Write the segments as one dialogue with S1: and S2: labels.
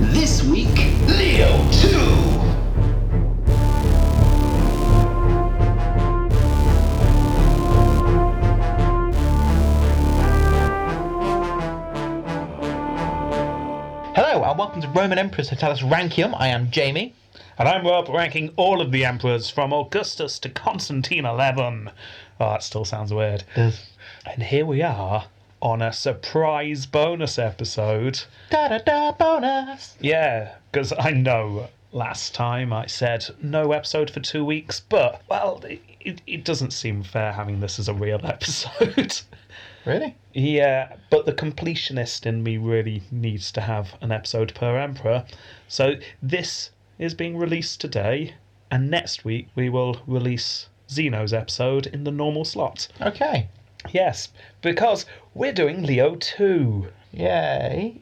S1: This week, Leo 2.
S2: Hello and welcome to Roman Emperors Hotelus Rankium. I am Jamie.
S3: And I'm Rob, ranking all of the emperors from Augustus to Constantine 11. Oh, that still sounds weird. And here we are on a surprise bonus episode.
S2: Da da da bonus.
S3: Yeah, because I know last time I said no episode for two weeks, but, well, it, it doesn't seem fair having this as a real episode.
S2: Really?
S3: Yeah, but the completionist in me really needs to have an episode per emperor. So this is being released today, and next week we will release Zeno's episode in the normal slot.
S2: Okay.
S3: Yes, because we're doing Leo 2.
S2: Yay.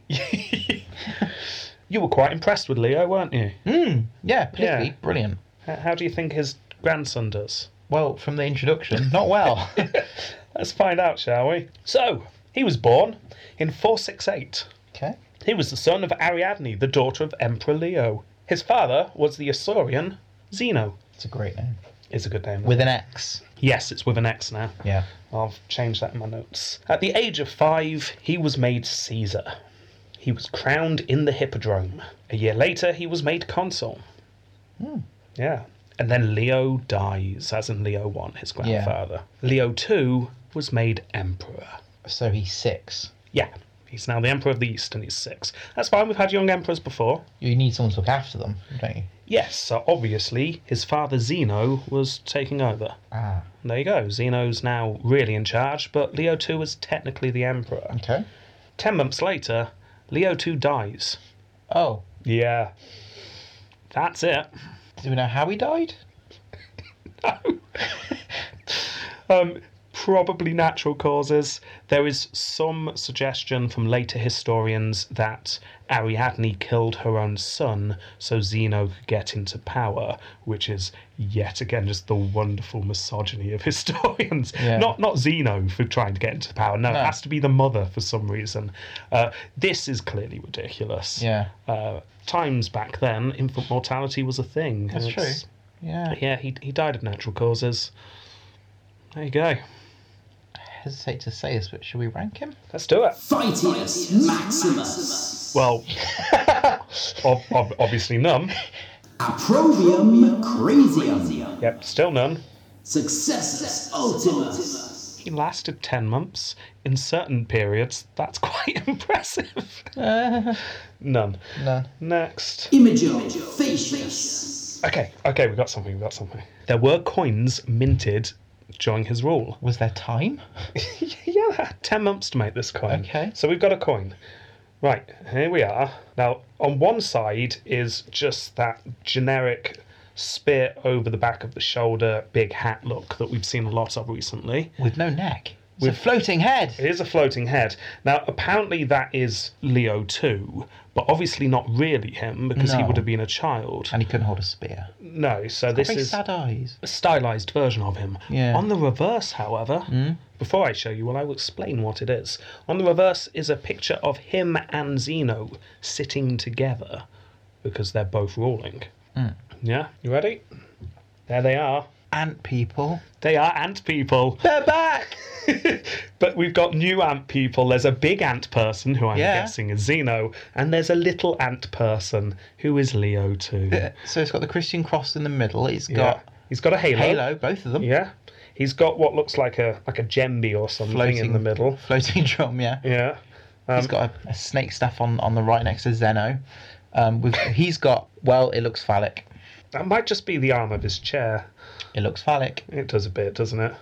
S3: You were quite impressed with Leo, weren't you?
S2: Mm, yeah, particularly
S3: Yeah.
S2: brilliant.
S3: H- How do you think his grandson does?
S2: Well, from the introduction, not well.
S3: Let's find out, shall we? So, he was born in 468.
S2: okay.
S3: He was the son of Ariadne, the daughter of Emperor Leo. His father was the Isaurian Zeno.
S2: It's a great name.
S3: Is a good name.
S2: With an X.
S3: yes, it's with an X now.
S2: Yeah.
S3: I've changed that in my notes. At the age of five, he was made Caesar. He was crowned in the Hippodrome. A year later, he was made consul. Yeah. And then Leo dies, as in Leo I, his grandfather. Leo II was made emperor.
S2: So he's six.
S3: Yeah, he's now the emperor of the East and he's six. That's fine, we've had young emperors before.
S2: You need someone to look after them, don't you?
S3: Yes, so obviously his father Zeno was taking over.
S2: Ah.
S3: And There you go. Zeno's now really in charge, but Leo II was technically the emperor.
S2: Okay.
S3: Ten months later, Leo II dies.
S2: Oh,
S3: Yeah. That's it.
S2: do we know how he died?
S3: Um, probably natural causes. There is some suggestion from later historians that Ariadne killed her own son so Zeno could get into power, which is yet again just the wonderful misogyny of historians.
S2: Yeah.
S3: Not not Zeno for trying to get into power. No,
S2: No.
S3: it has to be the mother for some reason. Uh, this is clearly ridiculous.
S2: Yeah.
S3: Uh, times back then, infant mortality was a thing.
S2: That's
S3: It's-
S2: true. Yeah.
S3: Yeah, he, he died of natural causes. There you go.
S2: I hesitate to say this, but should we rank him?
S3: Let's do it.
S1: Fightius Maximus.
S3: Well, ob- ob- obviously none.
S1: Approbium Crasium.
S3: Yep, still none.
S1: Successus Ultimus.
S3: He lasted 10 months. In certain periods, that's quite impressive.
S2: Uh,
S3: None.
S2: no.
S3: Next.
S1: Imago Facius.
S3: Okay, okay, we got something, we got something. There were coins minted during his rule.
S2: Was there time?
S3: yeah, they had 10 months to make this coin.
S2: Okay.
S3: So we've got a coin. Right, here we are. Now, on one side is just that generic spear over the back of the shoulder, big hat look that we've seen a lot of recently.
S2: With no neck. With a floating head.
S3: It is a floating head. Now, apparently, that is Leo too, but obviously not really him because he
S2: No.
S3: would have been a child.
S2: and he couldn't hold a spear.
S3: No, so this
S2: Very
S3: is
S2: sad eyes.
S3: a stylized version of him.
S2: Yeah. Hmm?
S3: On the reverse, however, before I show you, well, I will explain what it is. On the reverse is a picture of him and Zeno sitting together because they're both ruling.
S2: Hmm.
S3: Yeah, you ready? There they are.
S2: Ant people.
S3: They are ant people.
S2: They're back.
S3: but we've got new ant people. There's a big ant person who I'm
S2: Yeah.
S3: guessing is Zeno, and there's a little ant person who is Leo too.
S2: so it's got the Christian cross in the middle. It's
S3: Yeah.
S2: got
S3: He's got a
S2: halo, both of them.
S3: Yeah. He's got what looks like a like a djembe or something in the middle.
S2: Floating drum. Yeah.
S3: Yeah.
S2: he's got a, a snake staff on on the right next to Zeno. Um, with he's got well, it looks phallic.
S3: That might just be the arm of his chair.
S2: It looks phallic.
S3: It does a bit, doesn't it?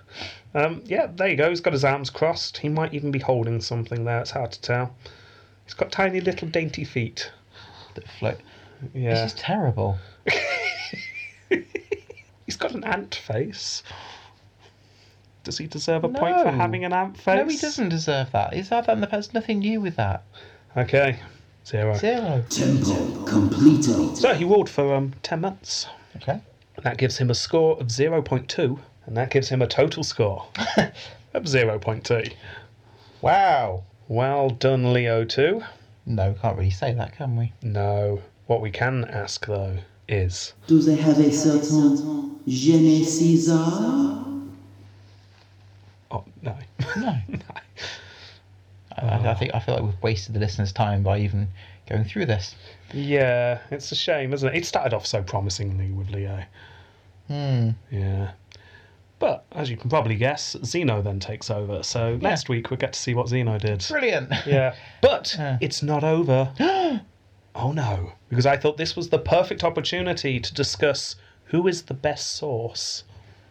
S3: Um, yeah, there you go. He's got his arms crossed. He might even be holding something there. It's hard to tell. He's got tiny little dainty feet.
S2: That float.
S3: Yeah.
S2: This is terrible.
S3: He's got an ant face. Does he deserve a point for
S2: No.
S3: having an ant face?
S2: No, he doesn't deserve that. He's had that in the past. Nothing new with that.
S3: Okay. Zero.
S2: Zero.
S1: Tempo Completo.
S3: So he ruled for um, 10 months.
S2: Okay.
S3: That gives him a score of 0.2, and that gives him a total score of 0.2.
S2: Wow.
S3: Well done, Leo 2.
S2: No, can't really say that, can we?
S3: No. What we can ask though is
S1: Do they have a certain Gene Caesar?
S3: oh no.
S2: No. I, I, I think I feel like we've wasted the listeners' time by even going through this.
S3: yeah, it's a shame, isn't it? It started off so promisingly with Leo. Hmm. Yeah. But as you can probably guess, Zeno then takes over. So next week we get to see what Zeno did.
S2: Brilliant.
S3: Yeah. But
S2: Yeah.
S3: it's not over. oh no. Because I thought this was the perfect opportunity to discuss who is the best source.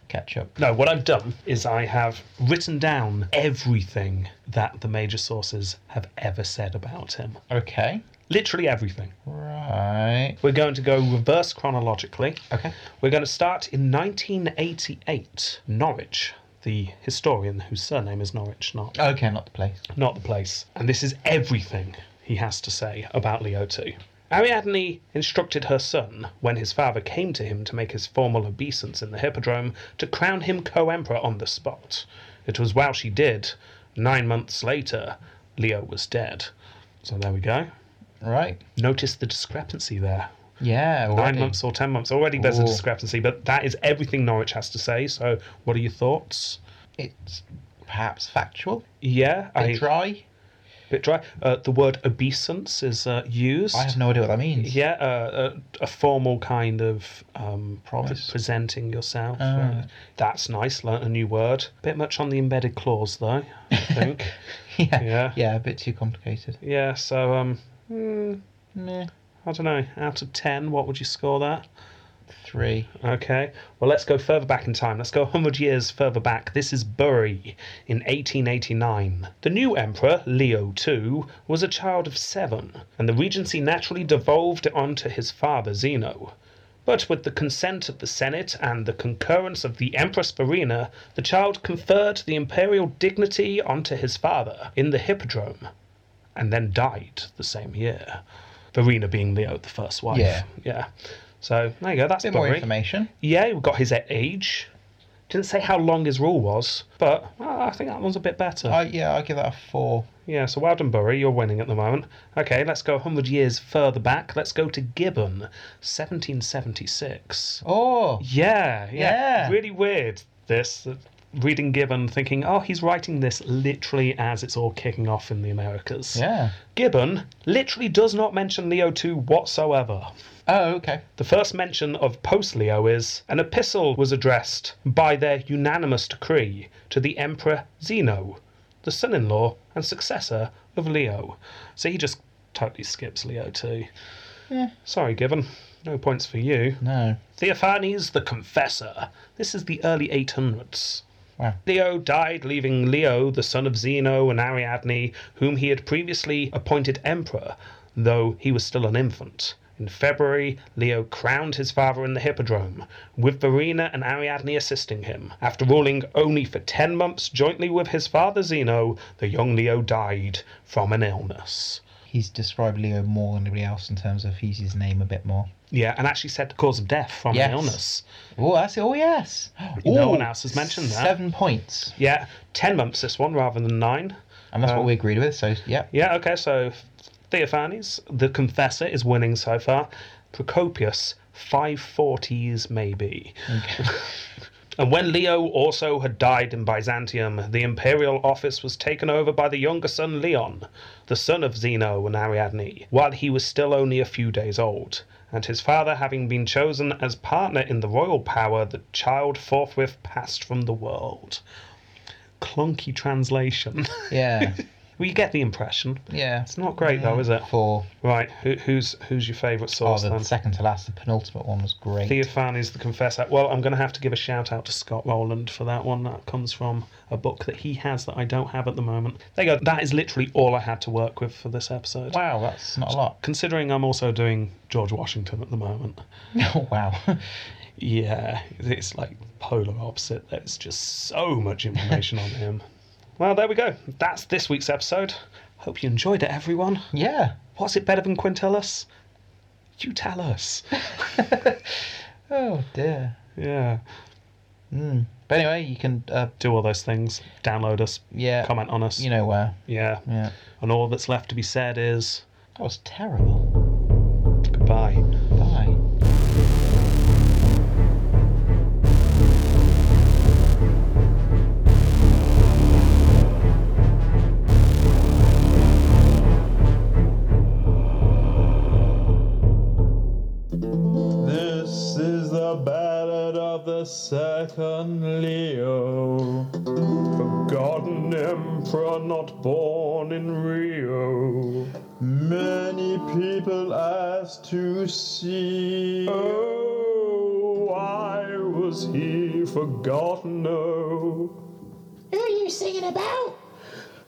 S2: Catch up.
S3: No, what I've done is I have written down everything that the major sources have ever said about him.
S2: Okay.
S3: Literally everything.
S2: Right.
S3: We're going to go reverse chronologically.
S2: Okay.
S3: We're going to start in 1988. Norwich, the historian whose surname is Norwich, not
S2: Okay, not the place.
S3: not the place. And this is everything he has to say about Leo II. Ariadne instructed her son, when his father came to him to make his formal obeisance in the Hippodrome, to crown him co emperor on the spot. It was while she did, nine months later, Leo was dead. So there we go.
S2: Right.
S3: Notice the discrepancy there.
S2: Yeah.
S3: Nine
S2: already.
S3: months or ten months. Already there's a
S2: Ooh.
S3: discrepancy, but that is everything Norwich has to say. So, what are your thoughts?
S2: It's perhaps factual.
S3: Yeah,
S2: A
S3: I-
S2: bit dry.
S3: bit dry. Uh, the word obeisance is uh, used.
S2: I have no idea what that means.
S3: Yeah, uh, a, a formal kind of um, pre-
S2: Promise.
S3: presenting yourself.
S2: Ah.
S3: Uh, that's nice. Learnt a new word. Bit much on the embedded clause though. I think.
S2: Yeah.
S3: Yeah.
S2: Yeah. a bit too complicated.
S3: yeah. So um,
S2: Meh.
S3: I don't know. Out of ten, what would you score that?
S2: Three.
S3: Okay. Well, let's go further back in time. Let's go 100 years further back. This is Bury in 1889. The new emperor, Leo II, was a child of seven, and the regency naturally devolved onto his father, Zeno. But with the consent of the Senate and the concurrence of the Empress Verena, the child conferred the imperial dignity onto his father in the Hippodrome, and then died the same year. Verena being Leo the first wife.
S2: Yeah.
S3: Yeah. So there you go. That's
S2: bit more
S3: Bury.
S2: information.
S3: Yeah, we got his age. Didn't say how long his rule was, but well, I think that one's a bit better.
S2: I Uh, yeah, I'll give that a four.
S3: Yeah, so well done, Bury. You're winning at the moment. Okay, let's go 100 years further back. Let's go to Gibbon, 1776.
S2: Oh.
S3: Yeah, yeah.
S2: Yeah.
S3: Really weird, this. uh, Reading Gibbon, thinking, oh, he's writing this literally as it's all kicking off in the Americas.
S2: Yeah.
S3: Gibbon literally does not mention Leo II whatsoever.
S2: Oh, okay.
S3: The first mention of post Leo is an epistle was addressed by their unanimous decree to the Emperor Zeno, the son in law and successor of Leo. So he just totally skips Leo too. Sorry, Gibbon. No points for you.
S2: No.
S3: Theophanes the Confessor. This is the early 800s.
S2: Wow.
S3: Leo died, leaving Leo, the son of Zeno and Ariadne, whom he had previously appointed emperor, though he was still an infant. In February, Leo crowned his father in the Hippodrome, with Verena and Ariadne assisting him. After ruling only for 10 months jointly with his father Zeno, the young Leo died from an illness.
S2: He's described Leo more than anybody else in terms of he's his name a bit more.
S3: Yeah, and actually said the cause of death from
S2: Yes.
S3: an illness.
S2: Oh, that's it. Oh, yes.
S3: No
S2: Ooh,
S3: one else has mentioned that.
S2: Seven points.
S3: Yeah, 10 months this one rather than 9.
S2: And that's
S3: Um,
S2: what we agreed with. So, yeah.
S3: Yeah, okay, so Theophanes, the confessor, is winning so far. Procopius, 540s maybe. and when Leo also had died in Byzantium, the imperial office was taken over by the younger son Leon, the son of Zeno and Ariadne, while he was still only a few days old. And his father, having been chosen as partner in the royal power, the child forthwith passed from the world. Clunky translation.
S2: Yeah.
S3: well, you get the impression.
S2: Yeah.
S3: It's not great though, is it?
S2: Four.
S3: Right, who, who's who's your favourite
S2: Oh,
S3: source
S2: the
S3: then?
S2: second to last, the penultimate one was great.
S3: Theophanes the Confessor. Well, I'm going to have to give a shout out to Scott Rowland for that one. That comes from a book that he has that I don't have at the moment. There you go. That is literally all I had to work with for this episode.
S2: wow, that's not a lot.
S3: Considering I'm also doing George Washington at the moment.
S2: Oh, wow.
S3: Yeah, it's like polar opposite. There's just so much information on him. Well, there we go. That's this week's episode. Hope you enjoyed it, everyone.
S2: yeah.
S3: Was it better than Quintellus? You tell us.
S2: Oh, dear.
S3: Yeah.
S2: But anyway, you can, uh,
S3: Do all those things. Download us.
S2: yeah.
S3: Comment on us.
S2: You know where.
S3: Yeah.
S2: Yeah.
S3: And all that's left to be said is
S4: That was terrible.
S3: Goodbye.
S4: Bye.
S5: This is the ballad of the second Leo. Forgotten emperor not born in Rio. Many people asked to see. Oh, why was he forgotten? Oh.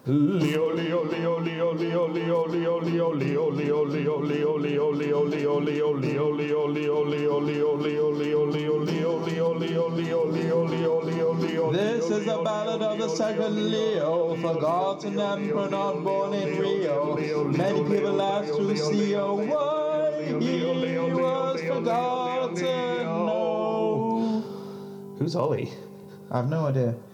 S5: Leo, Leo, Leo, Leo, Leo, Leo, Leo, Leo, Leo, Leo, Leo, Leo, Leo, Leo, Leo, Leo, Leo, Leo, Leo, Leo, Leo, Leo, Leo, Leo, Leo, Leo, Leo, Leo, Leo, Leo, Leo, Leo.
S2: This is the ballad of the second Leo, forgotten emperor not born in Rio. Many people asked to see oh, why he was forgotten. No.
S5: Who's Ollie?
S2: I've no idea.